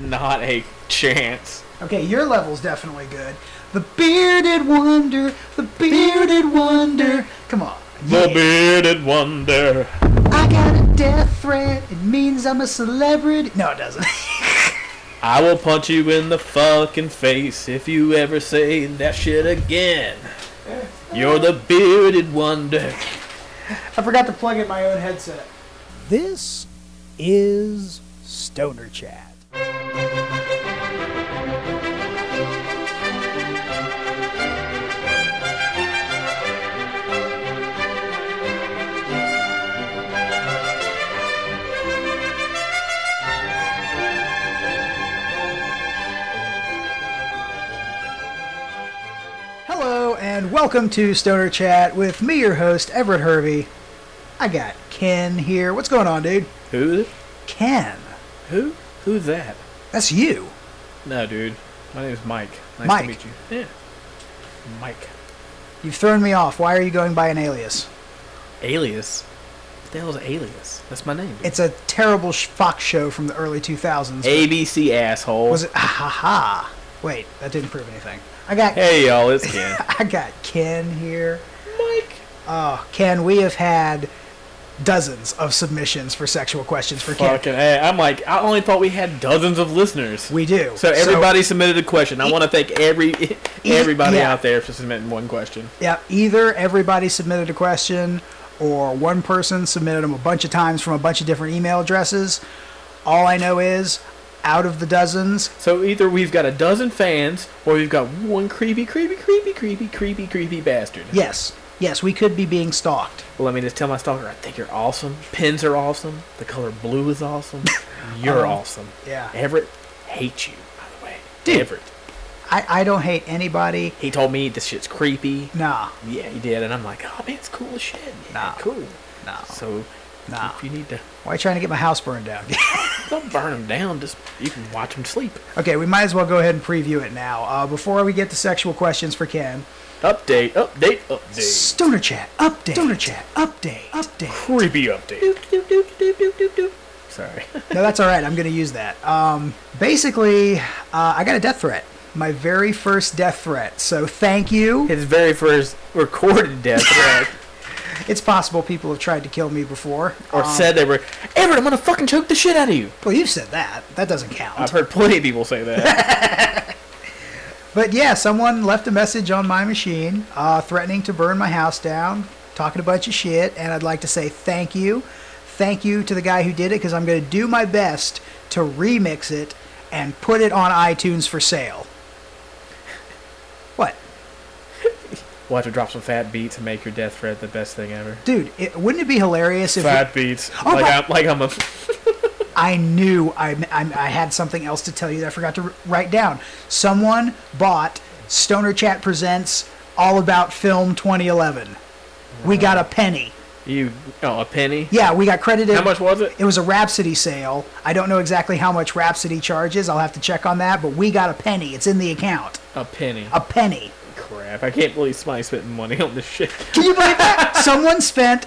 Not a chance. Okay, your level's definitely good. The bearded wonder, the bearded wonder. Come on. The bearded wonder. I got a death threat. It means I'm a celebrity. No, it doesn't. I will punch you in the fucking face if you ever say that shit again. You're the bearded wonder. I forgot to plug in my own headset. This is Stoner Chat. Hello and welcome to Stoner Chat with me, your host, Everett Hervey. I got Ken here. What's going on, dude? Who? Ken, Who? Who's that? that's you. No, dude. My name's Mike. Nice Mike. to meet you. Yeah. Mike. You've thrown me off. Why are you going by an alias? Alias. What the hell's Alias? That's my name. Dude. It's a terrible sh- Fox show from the early 2000s. ABC asshole. Was it? Ah, ha ha. Wait, that didn't prove anything. I got Hey y'all, it's Ken. I got Ken here. Mike. Oh, Ken, we have had dozens of submissions for sexual questions for Ken. Fucking. Hey, I'm like. I only thought we had dozens of listeners. We do. So everybody submitted a question. I want to thank every everybody E- yeah. out there for submitting one question. Yeah, either everybody submitted a question or one person submitted them a bunch of times from a bunch of different email addresses. All I know is out of the dozens, So either we've got a dozen fans, or we've got one creepy, creepy, creepy, creepy, creepy, creepy bastard. yes, yes, we could be being stalked. Well, let me just tell my stalker. I think you're awesome. Pins are awesome. The color blue is awesome. You're Um, awesome. yeah. Everett hates you, by the way. Dude. Everett. I, I don't hate anybody. He told me this shit's creepy. Nah, Yeah, he did, and I'm like, oh man, it's cool as shit. Yeah, Nah. cool. no. So, Nah. if you need to, Why are you trying to get my house burned down? don't burn him down. Just you can watch him sleep. okay, we might as well go ahead and preview it now. Uh, before we get to sexual questions for Ken, Update, update, update. Stoner Chat update. Stoner Chat update. Update. Creepy update. Sorry. no, that's all right. I'm going to use that. Um, basically, uh, I got a death threat. My very first death threat. So thank you. His very first recorded death threat, It's possible people have tried to kill me before. or Um, said they were, Everett, I'm gonna fucking choke the shit out of you. Well, you've said that. That doesn't I've count. heard plenty of people say that. But yeah, someone left a message on my machine uh, threatening to burn my house down, talking a bunch of shit, and I'd like to say thank you. Thank you to the guy who did it because I'm going to do my best to remix it and put it on iTunes for sale. What? we'll have to drop some fat beats and make your death threat the best thing ever. Dude, it, wouldn't it be hilarious if we- Fat beats. Oh like my- I'm like I'm a I knew I, I, I had something else to tell you that I forgot to r- write down. Someone bought Stoner Chat Presents All About Film 2011. We got a penny. you oh a penny. Yeah, we got credited. How much was it? It was a Rhapsody sale. I don't know exactly how much Rhapsody charges. I'll have to check on that, but we got a penny. It's in the account. A penny. A penny. Crap! I can't believe somebody's spending money on this shit. Can you believe that? Someone spent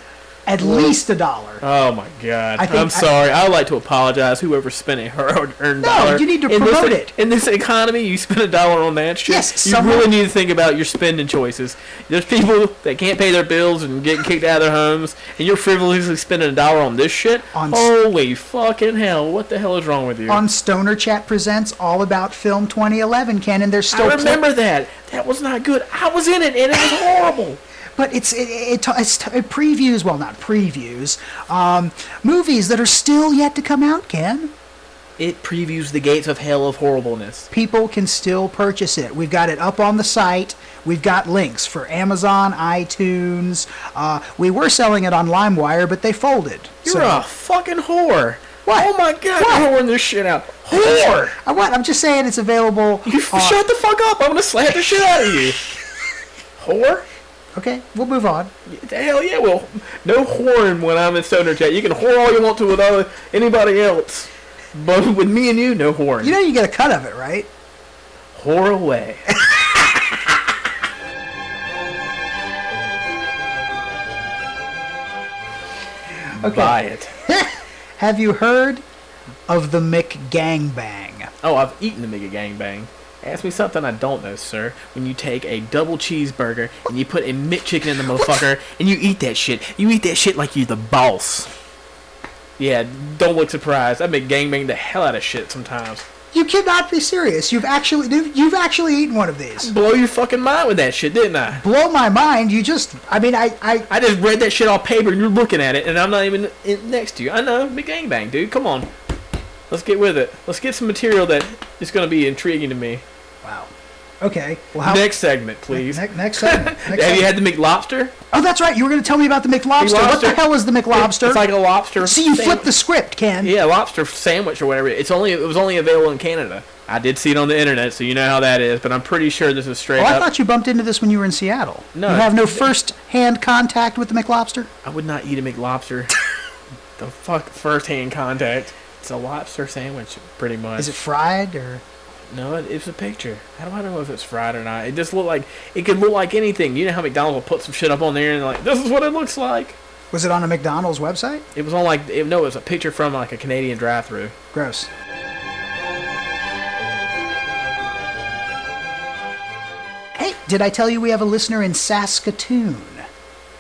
at least a dollar. Oh my god! I think I- I'm sorry. I, would like to apologize. Whoever spent it her or earned No, dollar. you need to In this- promote it. In this economy, you spend a dollar on that shit. Yes, you someone- really need to think about your spending choices. There's people that can't pay their bills and getting kicked out of their homes, and you're frivolously spending a dollar on this shit. On s- Holy fucking hell! What the hell is wrong with you? On Stoner Chat Presents All About Film 2011, Ken, and there's still I pl- remember that. That was not good. I was in it, and it was horrible. but it's it, it, it's it previews well not previews um, movies that are still yet to come out ken It previews the gates of hell of horribleness. people can still purchase it we've got it up on the site we've got links for amazon itunes uh, we were selling it on limewire but they folded You're So- a fucking whore. What? Oh my god, you're whoring this shit out. Whore! I, what i'm just saying it's available You on- shut the fuck up. I'm gonna slap the shit out of you. whore? okay we'll move on The hell yeah, well, no whoring when I'm in Stoner Chat. You can whore all you want to with other, anybody else. But with me and you, no whoring. you know you get a cut of it right whore away. Buy it. have you heard of the mcgangbang Oh, I've eaten the mega gangbang. Ask me something I don't know, sir. When you take a double cheeseburger and you put a McChicken in the motherfucker and you eat that shit, you eat that shit like you're the boss. Yeah, don't look surprised. I make gangbang the hell out of shit sometimes. You cannot be serious. You've actually you've you've actually eaten one of these. Blow your fucking mind with that shit, didn't I? Blow my mind. You just. I mean, I I I just read that shit off paper and you're looking at it and I'm not even in, next to you. I know, big gangbang, dude. Come on. Let's get with it. Let's get some material that is going to be intriguing to me. wow. Okay. Well, how, next segment, please. ne- next segment. Next Have you segment. had the McLobster? oh, that's right. You were going to tell me about the McLobster. What the McLobster. hell is the McLobster? It's like a lobster. See, you sandwich. flipped the script, Ken. Yeah, lobster sandwich or whatever. It's only it was only available in Canada. I did see it on the internet, so you know how that is. But I'm pretty sure this is straight Well, Oh, I up. thought you bumped into this when you were in Seattle. No. You have no first-hand contact with the McLobster. I would not eat a McLobster. the fuck first hand contact. It's a lobster sandwich, pretty much. Is it fried or? No, it, it's a picture. How do I know if it's fried or not? It just looked like it could look like anything. You know how McDonald's will put some shit up on there and like this is what it looks like. Was it on a McDonald's website? It was on like it, no, it was a picture from like a Canadian drive-through. Gross. Hey, did I tell you we have a listener in Saskatoon?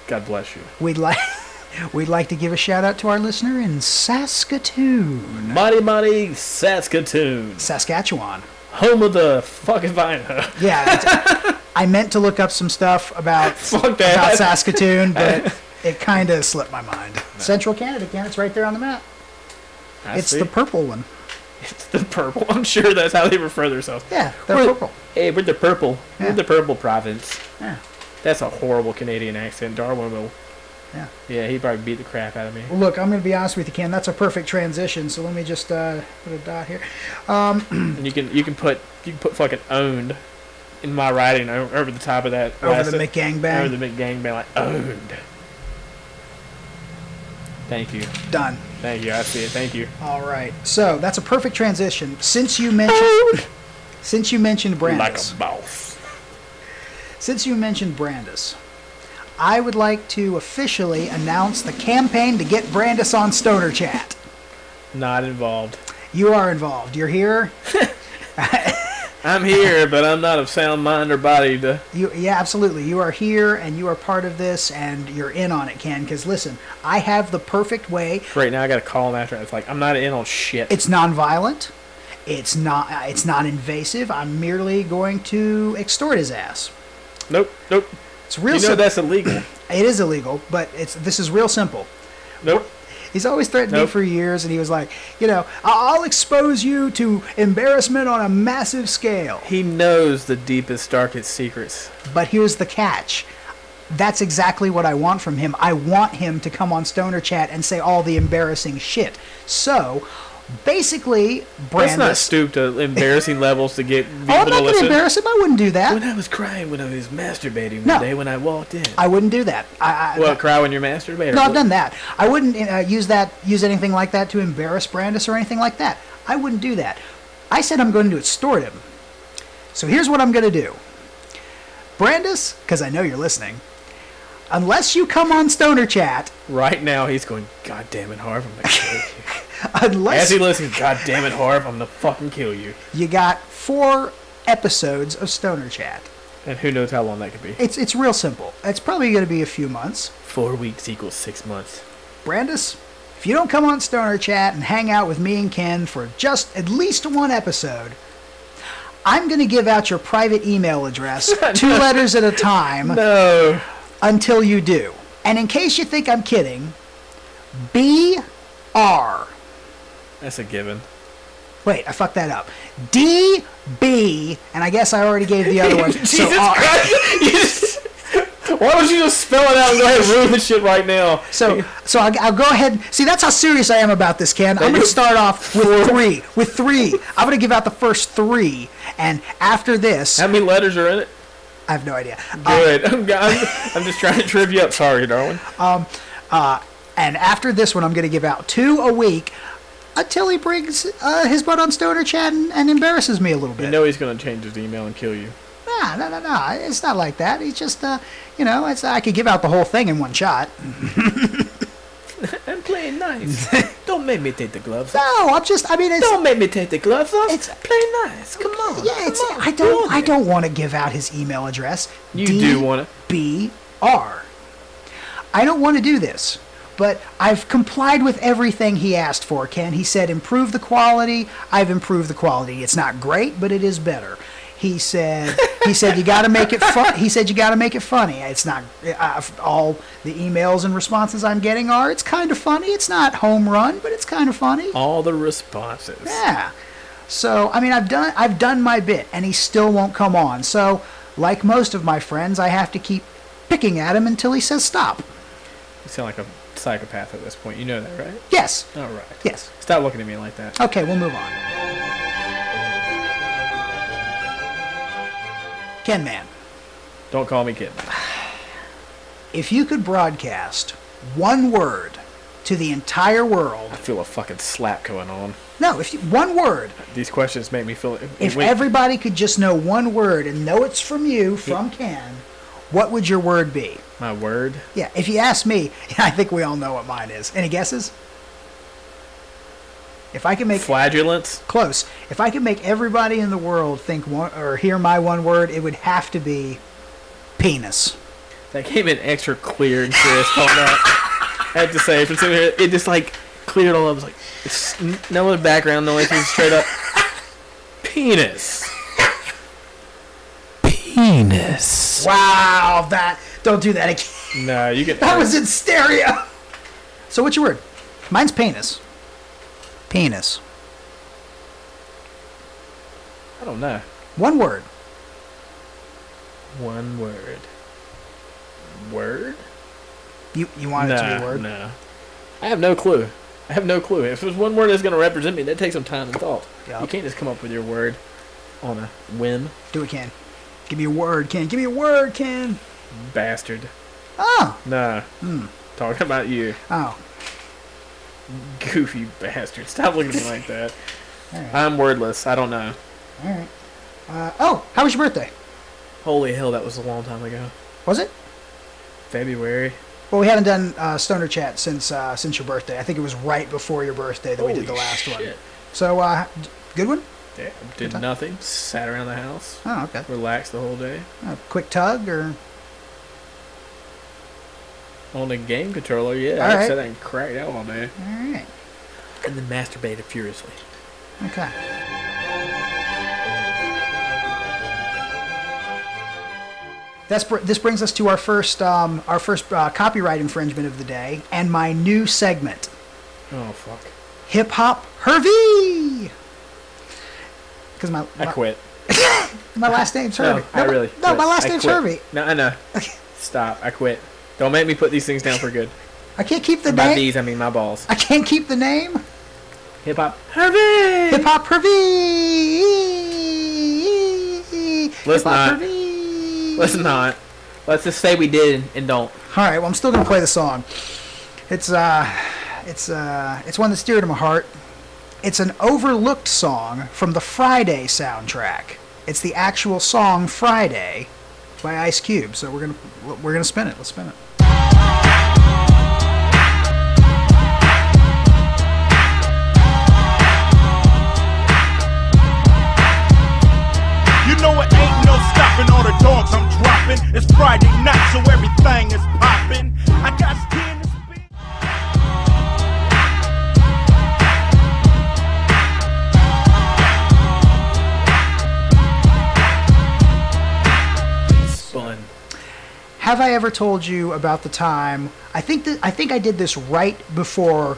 God bless you. We'd like we'd like to give a shout out to our listener in Saskatoon, Mighty mighty Saskatoon, Saskatchewan. home of the fucking vino. Yeah, it's- I meant to look up some stuff about Fuck that. about Saskatoon, but it kind of slipped my mind. Central Canada, Ken, it's right there on the map. I it's see. the purple one. it's the purple. I'm sure that's how they refer themselves. Yeah, they're We're- purple. Hey, we're the purple. Yeah. We're the purple province. Yeah. That's a horrible Canadian accent. Darwin will. Yeah. Yeah, he probably beat the crap out of me. Well, look, I'm going to be honest with you, Ken. That's a perfect transition. So let me just uh, put a dot here. And you can you can put you can put fucking owned in my writing o- over the top of that. Over last- the McGangbang. Over the McGangbang, like owned. Thank you, Done. thank you. I see it. Thank you. All right. So that's a perfect transition. Since you mentioned, since you mentioned Like Brandis, a boss. since you mentioned Brandis, I would like to officially announce the campaign to get Brandis on Stoner Chat. Not involved. You are involved. You're here. I'm here, but I'm not of sound mind or body to. You, yeah, absolutely. You are here and you are part of this and you're in on it, Ken. Because listen, I have the perfect way Right now, I got to call him after. It's like I'm not in on shit. It's nonviolent. It's not. uh, It's not invasive. I'm merely going to extort his ass. nope, nope. It's real. You know sim- that's illegal. it is illegal, but it's this is real simple. nope. He's always threatened me Nope. for years, and he was like, you know, "I- I'll expose you to embarrassment on a massive scale. He knows the deepest, darkest secrets. But here's the catch. That's exactly what I want from him. I want him to come on Stoner Chat and say all the embarrassing shit. So, basically, Let's not Brandis. stoop to embarrassing levels to get people Oh, I'm to not going to listen. embarrass him. I wouldn't do that. When I was crying when I was masturbating one No. day when I walked in. I wouldn't do that. I, I, What, cry when you're masturbating? No, I've done that. I wouldn't uh, use that, use anything like that to embarrass Brandis or anything like that. I wouldn't do that. I said I'm going to extort him. So here's what I'm going to do, Brandis, because I know you're listening. Unless you come on Stoner Chat, Right now, he's going, God damn it, Harv, I'm going to kill you. As unless he listens, God damn it, Harv, I'm going to fucking kill you. you got four episodes of Stoner Chat. And who knows how long that could be. It's it's real simple. It's probably going to be a few months. Four weeks equals six months. Brandis, if you don't come on Stoner Chat and hang out with me and Ken for just at least one episode, I'm going to give out your private email address, two letters at a time, No. until you do. And in case you think I'm kidding, B R. That's a given. Wait, I fucked that up. D B, and I guess I already gave the other one. so Jesus R. Christ! You just- Why don't you just spell it out and go ahead and ruin the shit right now? So, so I'll, I'll go ahead. See, that's how serious I am about this, Ken. I'm going to start off with three. With three, I'm going to give out the first three, and after this, How many letters are in it? I have no idea. Uh, Good. I'm, I'm, I'm just trying to trip you up. Sorry, Darwin. Uh, and after this one, I'm going to give out two a week until he brings uh, his butt on Stoner Chat and, and embarrasses me a little bit. You know he's going to change his email and kill you. Nah, no, no, no. It's not like that. He's just, uh, you know, it's, I could give out the whole thing in one shot. I'm playing nice. Don't make me take the gloves off. No, I'm just. I mean, it's. Don't make me take the gloves off. It's- Play nice. Come on. yeah, it's. come on, I don't. do I it. don't want to give out his email address. You do want it. B R. I don't want to do this, but I've complied with everything he asked for, Ken. He said, improve the quality. I've improved the quality. It's not great, but it is better. He said, he said, you got to make it fun. He said, you got to make it funny. It's not, i all the emails and responses I'm getting are, it's kind of funny. It's not home run, but it's kind of funny. All the responses. Yeah. So I mean, I've done I've done my bit, and he still won't come on. So, like most of my friends, I have to keep picking at him until he says stop. You sound like a psychopath at this point. You know that, right? Yes. All right. Yes. Stop looking at me like that. Okay, we'll move on. Ken Man, Don't call me kid. if you could broadcast one word to the entire world, I feel a fucking slap going on. no, if you, one word, These questions make me feel. if Wait, everybody could just know one word and know it's from you, from Ken, what would your word be? my word, Yeah, if you ask me, I think we all know what mine is. Any guesses? If I can make flagellants. close, if I could make everybody in the world think one or hear my one word, it would have to be penis. That came in extra clear and crisp on that. I have to say, for some reason, it just like cleared all up. It was like it's n- no other background noise. It was straight up penis. Penis. Wow, that don't do that again. No, you get That was in stereo. So what's your word? Mine's penis. Penis. I don't know. One word. One word. Word. You you want it to be a word? no. I have no clue. I have no clue. If there's one word that's going to represent me, that takes some time and thought. Yeah. You can't just come up with your word on a whim, Do it, Ken. Give me a word, Ken. Give me a word, Ken. bastard. Oh. Nah. Talking about you, Oh. goofy bastard. Stop looking at me like that. Alright. I'm wordless. I don't know. All right. Uh, oh, how was your birthday? Holy hell, that was a long time ago. Was it? February. Well, we haven't done uh, Stoner Chat since uh, since your birthday. I think it was right before your birthday that we did the Holy last one. shit. So, uh, d- good one. Yeah, did nothing. Sat around the house. Oh, okay. Relaxed the whole day. Uh, quick tug or On a game controller, yeah. I Alright. sat there and cracked out all day. all right. And then masturbated furiously. Okay. That's br- this brings us to our first um, our first uh, copyright infringement of the day and my new segment. Oh, fuck. Hip Hop Hervey. Because my, I my- quit. my last name's No, Hervey. I my- really. No, my quit. last I name's quit. Hervey. No, I know. Stop. I quit. Don't make me put these things down for good. I can't keep the By name. these, I mean my balls. I can't keep the name. Hip hop. Hervey. Hip Hop Hervey. Let's Hip Hop not. Hervey. Let's not. Let's just say we did and don't. All right. Well, I'm still gonna play the song. It's uh, it's uh, it's one that's dear to my heart. It's an overlooked song from the Friday soundtrack. It's the actual song Friday by Ice Cube. So we're gonna we're gonna spin it. Let's spin it. You know it ain't no stopping all the dogs I'm dropping. It's Friday night, so everything is popping. I got skin to speak. Fun. Have I ever told you about the time? I think that I think I did this right before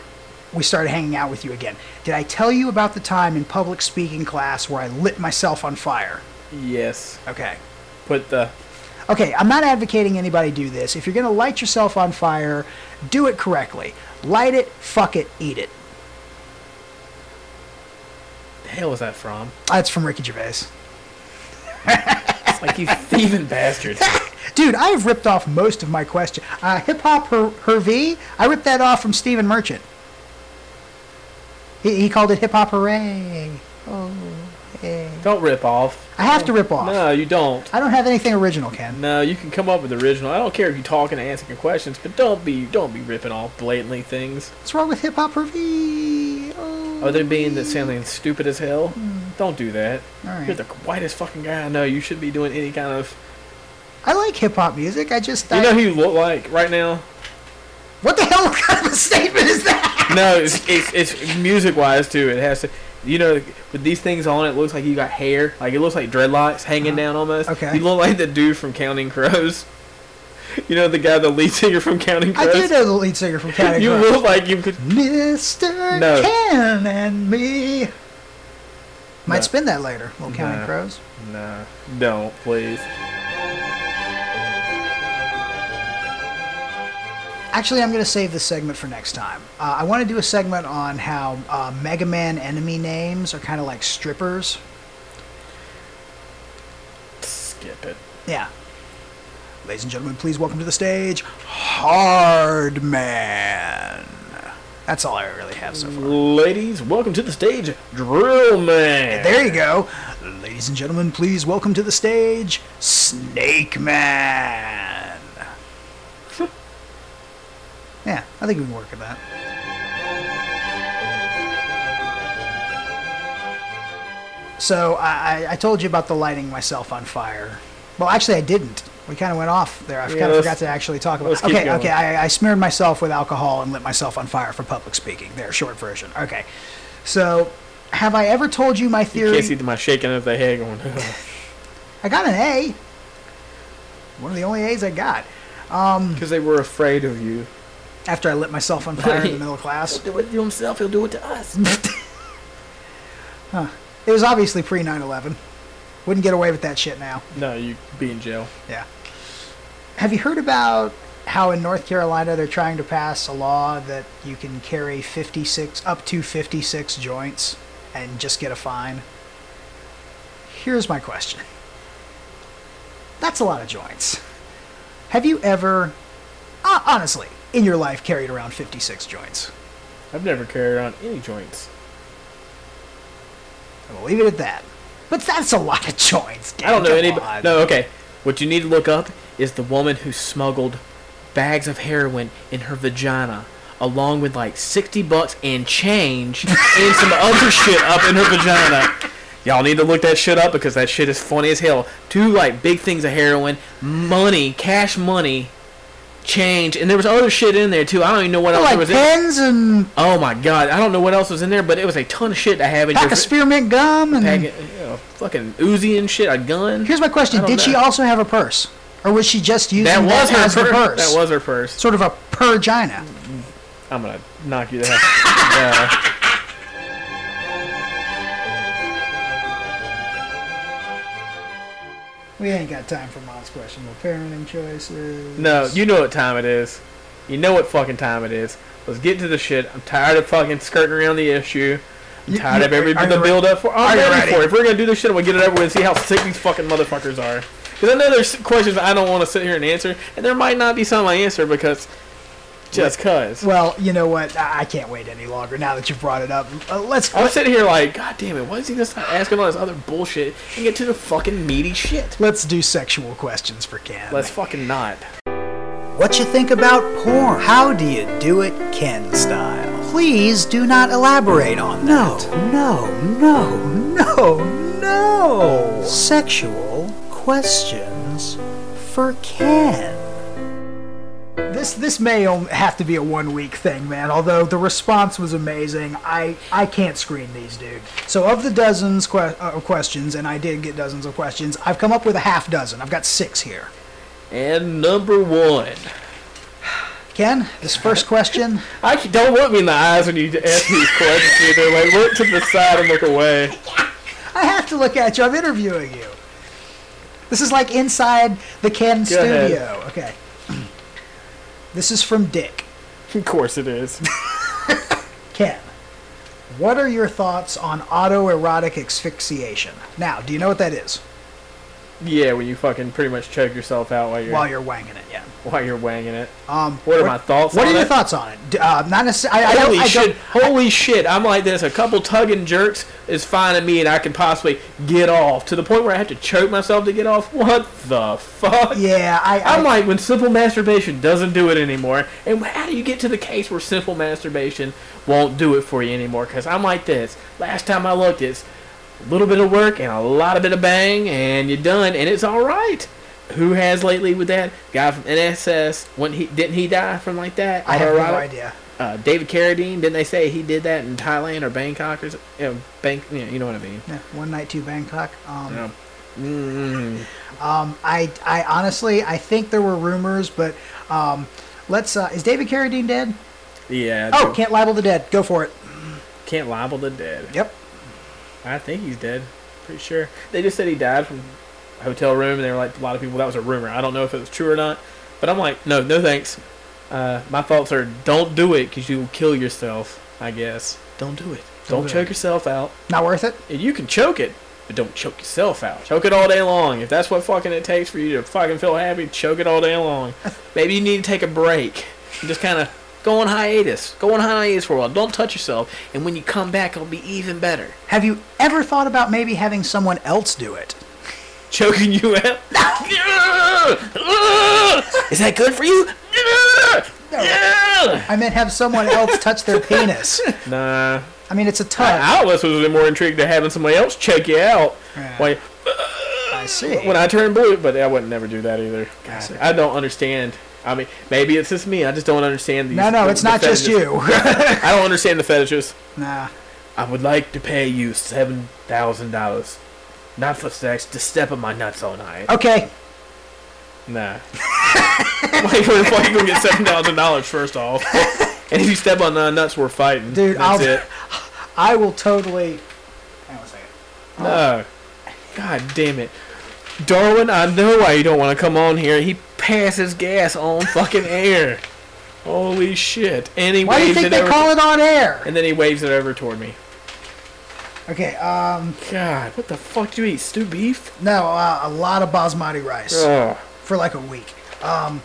we started hanging out with you again. Did I tell you about the time in public speaking class where I lit myself on fire? Yes. Okay. Put the. Okay, I'm not advocating anybody do this. If you're going to light yourself on fire, do it correctly. Light it, fuck it, eat it. The hell is that from? That's from Ricky Gervais. It's like you thieving bastard. Dude, I have ripped off most of my question. Uh, Hip Hop Her- Hervey, I ripped that off from Steven Merchant. He, he called it Hip Hop Hooray. Don't rip off. I have to rip off. No, you don't. I don't have anything original, Ken. No, you can come up with original. I don't care if you're talking and answering questions, but don't be don't be ripping off blatantly things. What's wrong with Hip Hop Hervey? Other being that sounding stupid as hell, don't do that. Alright. You're the whitest fucking guy I know. You should be doing any kind of. I like hip hop music. I just I, You know who you look like right now? what the hell kind of a statement is that? No, it's it's, it's music wise too. It has to. You know, with these things on, it looks like you got hair. Like it looks like dreadlocks hanging down almost. Okay. You look like the dude from Counting Crows. You know the guy, the lead singer from Counting I Crows. do know the lead singer from County You Crows. look like you could. Mr. No. Ken and me. Might No. spin that later. Little Counting No. Crows. Nah, don't please. Actually, I'm going to save this segment for next time. Uh, I want to do a segment on how uh, Mega Man enemy names are kind of like strippers. Skip it. Yeah. Ladies and gentlemen, please welcome to the stage Hard Man. That's all I really have so far. Ladies, welcome to the stage, Drill Man. There you go. Ladies and gentlemen, please welcome to the stage Snake Man. yeah, I think we can work with that. So I, I- I told you about the lighting myself on fire. Well, actually, I didn't. We kind of went off there. I Yeah, kind of let's- forgot to actually talk about. let's keep okay, going. okay. I, I smeared myself with alcohol and lit myself on fire for public speaking. There, short version. Okay. So, have I ever told you my You theory? can't see my shaking of the head going. I got an A. One of the only A's I got Because they were afraid of you. after I lit myself on fire in the middle of class. do it to himself. He'll do it to us. It was obviously pre 9 11. Wouldn't get away with that shit now. no, you be in jail. Yeah. Have you heard about how in North Carolina they're trying to pass a law that you can carry 56 up to 56 joints and just get a fine? Here's my question. That's a lot of joints. Have you ever uh, honestly in your life carried around 56 joints? I've never carried on any joints. And we'll leave it at that. But that's a lot of joints. I don't know come any. on. No, okay. What you need to look up is the woman who smuggled bags of heroin in her vagina, along with like sixty bucks and change and some other shit up in her vagina. Y'all need to look that shit up because that shit is funny as hell. Two like big things of heroin, money, cash money, change, and there was other shit in there too. I don't even know what else there like was. In. pens and Oh my god, I don't know what else was in there, but it was a ton of shit to have in pack your of spearmint gum and pack, you know, fucking Uzi and shit, a gun. Here's my question: I don't Did she know. also have a purse, or was she just using That that, was her as purse. the purse? That was her purse. sort of a pergina. I'm gonna knock you the hell. Yeah. We ain't got time for mom's questionable parenting choices. No, you know what time it is. You know what fucking time it is. Let's get to the shit. I'm tired of fucking skirting around the issue. I'm You- tired you- of every are you the re- build up for. are I'm you ready, ready? for. it. If we're gonna do this shit, I'm gonna get it over with and see how sick these fucking motherfuckers are. Because I know there's questions I don't want to sit here and answer, and there might not be some I answer because just cause. Well, you know what? I I can't wait any longer. Now that you've brought it up, uh, let's. I'm sitting here like, God damn it, why is he gonna stop asking all this other bullshit and get to the fucking meaty shit? Let's do sexual questions for Ken. Let's fucking not. What you think about porn? How do you do it Ken style? Please do not elaborate on that. No, no, no, no, no. Sexual questions for Ken. This this may on- have to be a one week thing, man. Although the response was amazing, I I can't screen these, dude. So of the dozens que- uh, of questions, and I did get dozens of questions, I've come up with a half dozen. I've got six here. And number one. Ken, this first question. I c- don't look me in the eyes when you ask these questions either. Like, look to the side and look away. I have to look at you. I'm interviewing you. This is like inside the Ken studio. ahead. Okay. This is from Dick. Of course it is. Ken, what are your thoughts on autoerotic asphyxiation? Now, do you know what that is? Yeah, when you fucking pretty much choke yourself out while you're while you're wanging it. Yeah. while you're wanging it. Um, What are my thoughts What on are your it? thoughts on it? D- Uh, not necessarily. I, I holy don't, I shit! Don't, holy shit! I'm like this. A couple tugging jerks is fine to me, and I can possibly get off to the point where I have to choke myself to get off. What the fuck? yeah, I. I I'm like when simple masturbation doesn't do it anymore, and how do you get to the case where simple masturbation won't do it for you anymore? Because I'm like this. Last time I looked, it's a little bit of work and a lot of bit of bang, and you're done, and it's all right. Who has lately with that guy from NSS? When he didn't he die from like that? I have no Autoerotic? idea. uh, David Carradine. Didn't they say he did that in Thailand or Bangkok or s- you know, Bank? You know, you know what I mean? Yeah, one night to Bangkok. Um, No. Mm. Um, I, I honestly, I think there were rumors, but um, let's. Uh, is David Carradine dead? Yeah. Oh, dude. can't libel the dead. Go for it. can't libel the dead. Yep. I think he's dead. Pretty sure. They just said he died from a hotel room, and they were like, a lot of people, that was a rumor. I don't know if it was true or not, but I'm like, no, no thanks. Uh, my thoughts are, don't do it because you will kill yourself. I guess. Don't do it. Don't, do choke it. yourself out. Not worth it. And you can choke it, but don't choke yourself out. Choke it all day long. If that's what fucking it takes for you to fucking feel happy, choke it all day long. Maybe you need to take a break. And just kind of go on hiatus. Go on hiatus for a while. Don't touch yourself. And when you come back, it'll be even better. Have you ever thought about maybe having someone else do it? choking you out. Is that good for you? I meant have someone else touch their penis. Nah. I mean, it's a touch. I was was more intrigued to having somebody else check you out. Yeah. Like I see. when I turned blue, but I would never do that either. God, I don't understand. I mean, maybe it's just me. I just don't understand these. no, no, the- it's the not just fetishes. you. I don't understand the fetishes. nah. I would like to pay you seven thousand dollars, not for sex, to step on my nuts all night. Okay. Nah. like, where the fuck you gonna get seven thousand dollars first off? and if you step on the nuts, we're fighting. Dude, that's I'll- it. I will totally. Hang on a second. No. God damn it, Darwin. I know why you don't want to come on here. He passes gas on fucking air. Holy shit! And he Why do waves you think it they over. call it on air? and then he waves it over toward me. Okay. Um. God, what the fuck do you eat? Stew beef? No, uh, a lot of basmati rice Oh, for like a week. Um.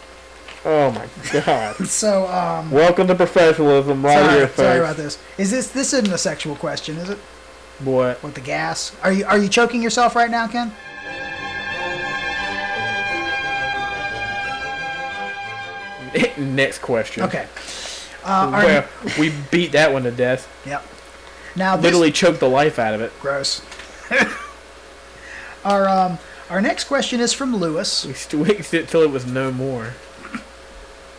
oh my god. So. Um. Welcome to professionalism, right Sorry, here, folks. sorry about this. Is this this isn't a sexual question, is it? What? With the gas? Are you are you choking yourself right now, Ken? Next question. Okay. Uh, are, Well, we beat that one to death. Yep. Now this literally choked the life out of it. gross. our um our next question is from Lewis. We squeezed it till it was no more.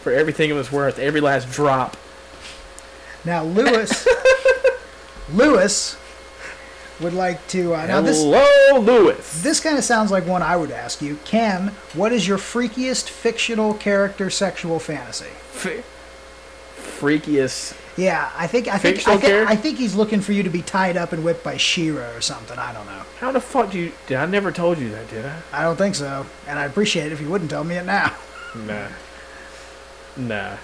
For everything it was worth, every last drop. Now Lewis Lewis would like to uh, now this Hello, Lewis. this kind of sounds like one I would ask you. Ken, what is your freakiest fictional character sexual fantasy? F- freakiest. Yeah, I think I think I Fictional think, character? I think he's looking for you to be tied up and whipped by Shira or something. I don't know. How the fuck do you? Did I never told you that? Did I? I don't think so, and I'd appreciate it if you wouldn't tell me it now. Nah. Nah.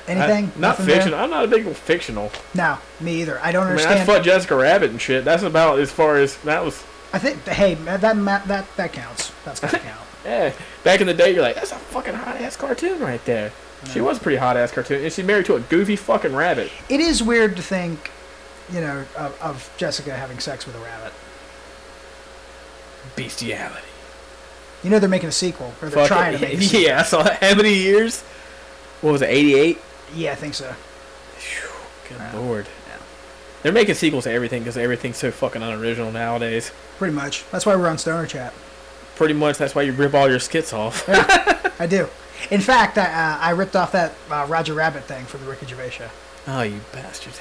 I, Anything? not Nothing there? fictional. I'm not a big fictional. No, me either. I don't I mean, understand. I fucked Jessica Rabbit and shit. That's about as far as that was. I think hey, ma- that ma- that that counts. That's gonna count. Yeah. Back in the day, you're like, that's a fucking hot ass cartoon right there. She was a pretty hot ass cartoon, and she married to a goofy fucking rabbit. It is weird to think, you know, of, of Jessica having sex with a rabbit. Bestiality. You know they're making a sequel, or they're Fuck trying it. to make. A sequel. yeah, I saw that. How many years? What was it, 88? Yeah, I think so. Good lord. They're making sequels to everything because everything's so fucking unoriginal nowadays. Pretty much. That's why we're on Stoner Chat. Pretty much that's why you rip all your skits off. I do. In fact, I, uh, I ripped off that uh, Roger Rabbit thing for the Ricky Gervais show. oh, you bastard.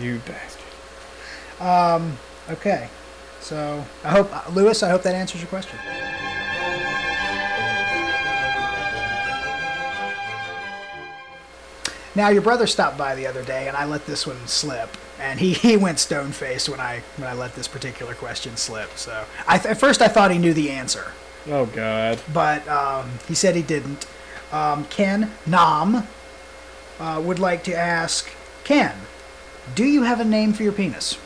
You bastard. Okay, so I hope uh, Lewis. I hope that answers your question. Now your brother stopped by the other day, and I let this one slip, and he, he went stone faced when I when I let this particular question slip. So I th- at first I thought he knew the answer, Oh, God. but um, he said he didn't. Um, Ken Nam uh, would like to ask Ken, do you have a name for your penis?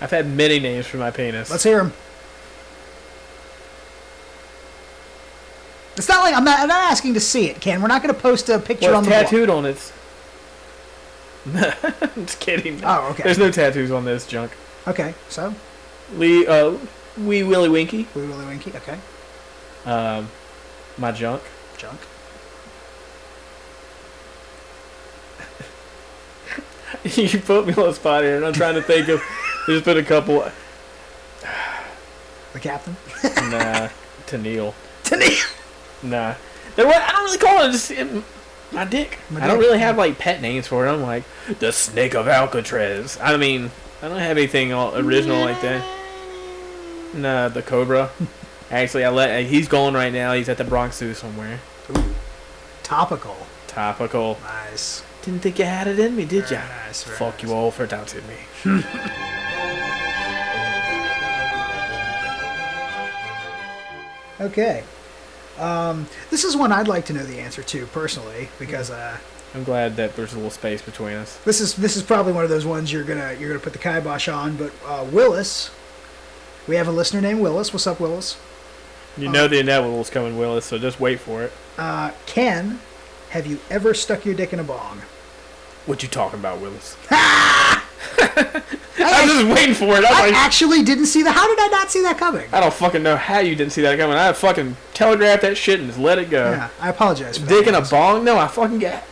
I've had many names for my penis. Let's hear him. It's not like I'm not. I'm not asking to see it, Ken. We're not going to post a picture Well, on it's the tattooed on its. I'm just kidding. Oh, okay. There's no tattoos on this junk. wall. Okay, so Lee, uh, Wee Willy Winky. we really winky. Okay, Um, my junk. junk. you put me on the spot here, and I'm trying to think of. There's been a couple. The captain. Nah, to Neil. Tania. Nah. There wa- I don't really call it. Just it, my dick. My I don't dick. really have like pet names for it. I'm like the Snake of Alcatraz. I mean, I don't have anything all original like that. Nah, the Cobra. Actually, I let he's going right now. He's at the Bronx Zoo somewhere. Topical. Topical. Nice. Didn't think you had it in me, did ya? Very nice, very Fuck you nice. all for doubting me. Okay. Um, this is one I'd like to know the answer to personally because uh, I'm glad that there's a little space between us. this is this is probably one of those ones you're gonna you're gonna put the kibosh on. But uh, Willis, we have a listener named Willis. What's up, Willis? You know the inevitable's coming, Willis, so just wait for it. Uh, Ken, have you ever stuck your dick in a bong? What you talking about, Willis? I was just waiting for it. I I was like, actually didn't see that. How did I not see that coming? I don't fucking know how you didn't see that coming. I fucking telegraphed that shit and just let it go. Yeah, I apologize. For that, Uh, Dick in a Willis. bong? No, I fucking got.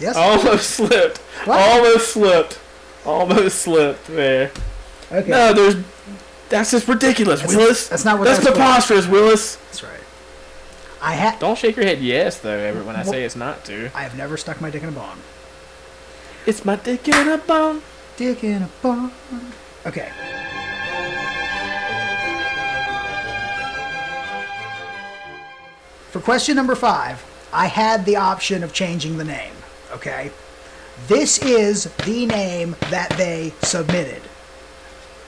Yes. Almost slipped. What? Almost slipped. Almost slipped there. okay. No, there's. That's just ridiculous, That's- Willis. that's not what That's that's for. preposterous, Willis. That's right. I ha- Don't shake your head yes, though, every- when I Wha- say it's not to. I have never stuck my dick in a bong. It's my dick in a bong. Dick in a bong. Okay. For question number five, I had the option of changing the name. Okay. This is the name that they submitted.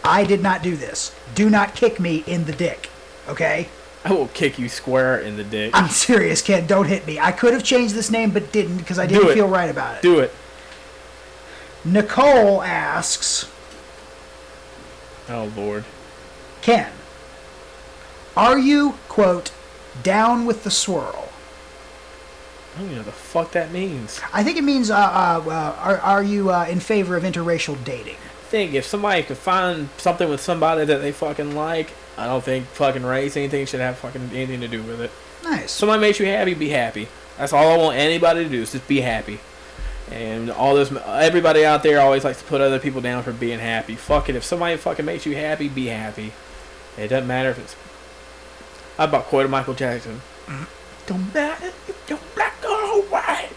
I did not do this. Do not kick me in the dick. Okay. I will kick you square in the dick. I'm serious, Ken. Don't hit me. I could have changed this name, but didn't because I didn't it. feel right about it. Do it. Nicole asks, Oh, Lord. Ken, are you, quote, down with the swirl? I don't even know what the fuck that means. I think it means, uh, uh, uh, are, are you uh, in favor of interracial dating? think if somebody could find something with somebody that they fucking like, I don't think fucking race anything should have fucking anything to do with it. Nice. Somebody makes you happy, be happy. That's all I want anybody to do is just be happy. And all this, everybody out there always likes to put other people down for being happy. Fuck it, if somebody fucking makes you happy, be happy. It doesn't matter if it's. I about quoted Michael Jackson. Don't matter, if you're black or white.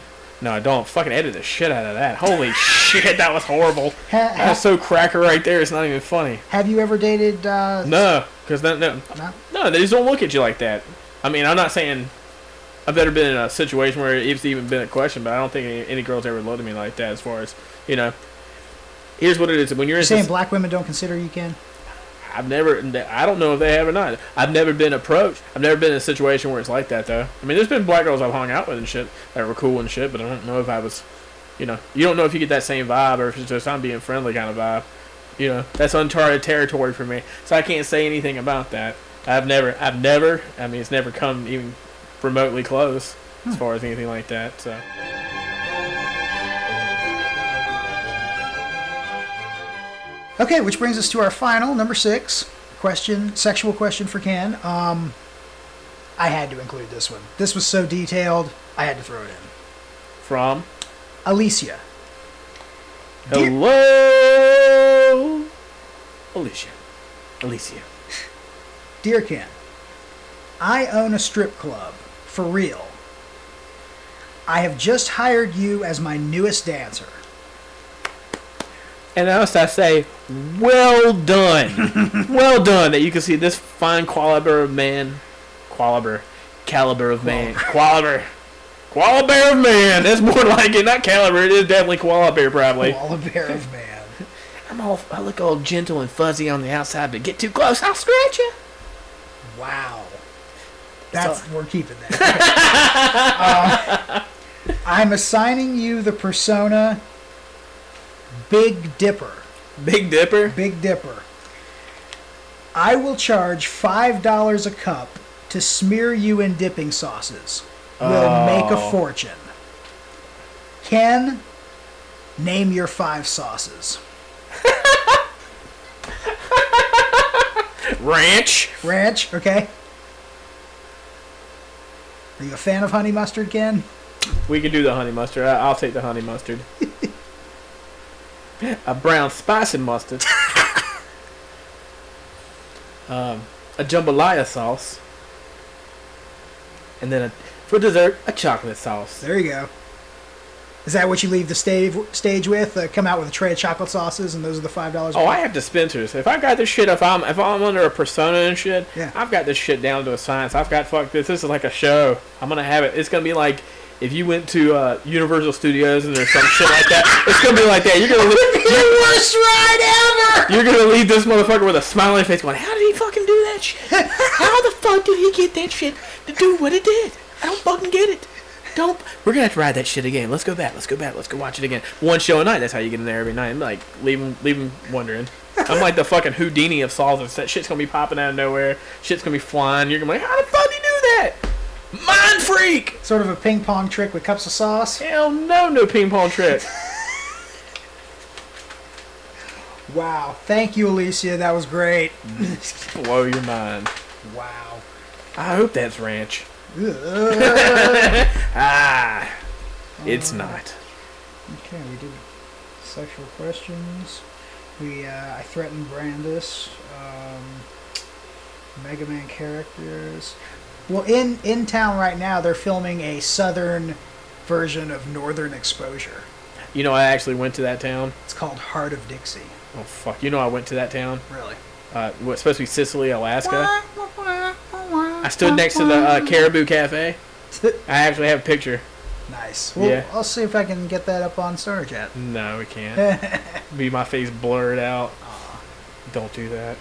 No, I don't. Fucking edit the shit out of that. Holy shit, that was horrible. Ha- ha- That's so cracker right there. It's not even funny. have you ever dated? Uh, No, because no, no, no? no, they just don't look at you like that. I mean, I'm not saying I've ever been in a situation where it's even been a question, but I don't think any, any girls ever looked at me like that. As far as you know, here's what it is: when you're in, You're saying soc- black women don't consider you, Ken? I've never, I don't know if they have or not. I've never been approached. I've never been in a situation where it's like that though. I mean, there's been black girls I've hung out with and shit that were cool and shit, but I don't know if I was, you know, you don't know if you get that same vibe or if it's just I'm being friendly kind of vibe. You know, that's uncharted territory for me, so I can't say anything about that. I've never, I've never, I mean, it's never come even remotely close as far as anything like that. So Okay, which brings us to our final, number six question, sexual question for Ken. Um, I had to include this one. This was so detailed, I had to throw it in. from Alicia, Dear- hello, Alicia, Alicia. Dear Ken, I own a strip club, for real. I have just hired you as my newest dancer. And else I say, well done. well done that you can see this fine caliber of man. Caliber. Caliber of man. Caliber. Qualibear of man. That's more like it. Not caliber. It is definitely qualibear, probably. Wall of Bear of Man. I'm all. I look all gentle and fuzzy on the outside, but get too close, I'll scratch you. Wow. That's we're keeping that. Uh, I'm assigning you the persona Big Dipper. Big Dipper. Big Dipper. I will charge five dollars a cup to smear you in dipping sauces. We'll make a Oh. fortune. Ken, name your five sauces. Ranch. Ranch, okay. Are you a fan of honey mustard, Ken? We can do the honey mustard. I- I'll take the honey mustard. a brown spicy mustard. um, a jambalaya sauce. And then a, for dessert, a chocolate sauce. There you go. Is that what you leave the stage stage with? Uh, come out with a tray of chocolate sauces, and those are the five dollars. Oh, I have dispensers. If I've got this shit, if I'm if I'm under a persona and shit, Yeah. I've got this shit down to a science. I've got fuck this. This is like a show. I'm gonna have it. It's gonna be like if you went to uh, Universal Studios and there's some shit like that. It's gonna be like that. You're gonna look. worst ride ever. You're gonna leave this motherfucker with a smiling face, going, "How did he fucking do that shit? How the fuck did he get that shit to do what it did? I don't fucking get it. Don't. We're gonna have to ride that shit again. Let's go back. Let's go back. Let's go watch it again. One show a night. That's how you get in there every night. I'm like, leave him, leave him wondering. I'm like the fucking Houdini of solvers. That shit's gonna be popping out of nowhere. Shit's gonna be flying. You're gonna be like, "How the fuck did he do that? Mind freak. Sort of a ping pong trick with cups of sauce. Hell no, no ping pong trick. Wow. Thank you, Alicia. That was great. Blow your mind. wow. I hope that's ranch. Ugh. Ah, it's not. okay, we did sexual questions. We uh, I threatened Brandis. Um, Mega Man characters. Well, in in town right now, they're filming a southern version of Northern Exposure. You know, I actually went to that town. It's called Heart of Dixie. Oh fuck! You know, I went to that town. Really. Uh, what, supposed to be Sicily, Alaska. I stood next to the uh, Caribou Cafe. I actually have a picture. nice. Well, Yeah. I'll see if I can get that up on Snarchat. No, we can't. be my face blurred out. Don't do that.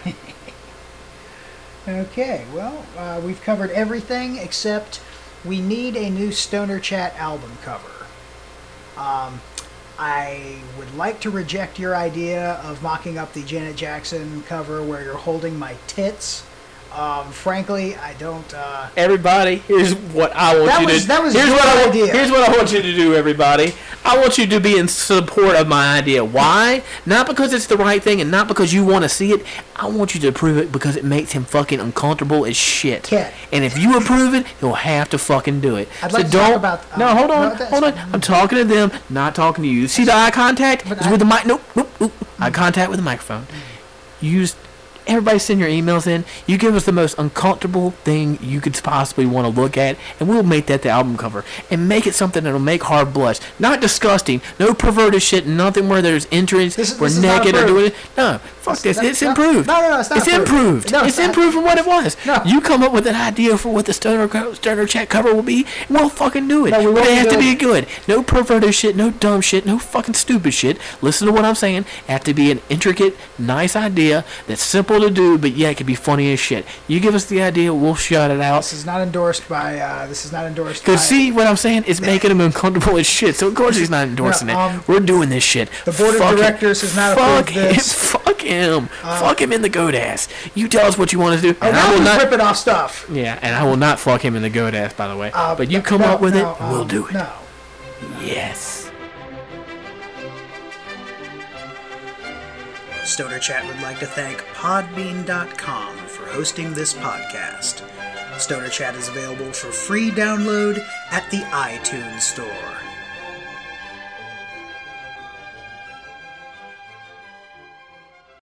Okay, well, uh, we've covered everything except we need a new Stoner Chat album cover. Um, I would like to reject your idea of mocking up the Janet Jackson cover where you're holding my tits. Um, frankly, I don't. Uh, Everybody, here's what I want That you was- to. that was here's your what I want, idea. Here's what I want you to do, everybody. I want you to be in support of my idea. Why? Not because it's the right thing, and not because you want to see it. I want you to approve it because it makes him fucking uncomfortable as shit. Cat. And if you approve it, he'll have to fucking do it. I'd so like to talk don't. about, uh, no, hold no, on, that's- hold on. I'm talking to them, not talking to you. See the eye contact? But It's I- with the mic. Nope. Nope. nope. Eye contact with the microphone. You just everybody send your emails in. You give us the most uncomfortable thing you could possibly want to look at, and we'll make that the album cover and make it something that'll make hard blush. Not disgusting. No perverted shit. Nothing where there's injuries. This is- we're this is not naked or doing approved. it. No, fuck This- this. that- it's no. improved. No, no, no, it's not approved. improved. No, it's it's not. improved from what it was. No. You come up with an idea for what the stoner co- stoner chat cover will be, and we'll fucking do it. No, we but won't it has do to be it. good. No perverted shit, no dumb shit, no fucking stupid shit. Listen to what I'm saying. It has to be an intricate, nice idea that's simple to do, but yeah, it could be funny as shit. You give us the idea, we'll shout it out. this is not endorsed by. Uh, this is not endorsed. Cause by- see what I'm saying? It's making him uncomfortable as shit. So of course he's not endorsing um, it. We're doing this shit. the board of Fuck it. directors has not fuck approved him. this. Uh, Fuck him. fuck him in the goat ass. You tell us what you want to do. Oh, and I now will we're not- ripping off stuff. yeah, and I will not fuck him in the goat ass, by the way. Uh, but you no- come no, up with no, it, we'll um, do it. No. Yes. Stoner Chat would like to thank Podbean.com for hosting this podcast. Stoner Chat is available for free download at the iTunes Store.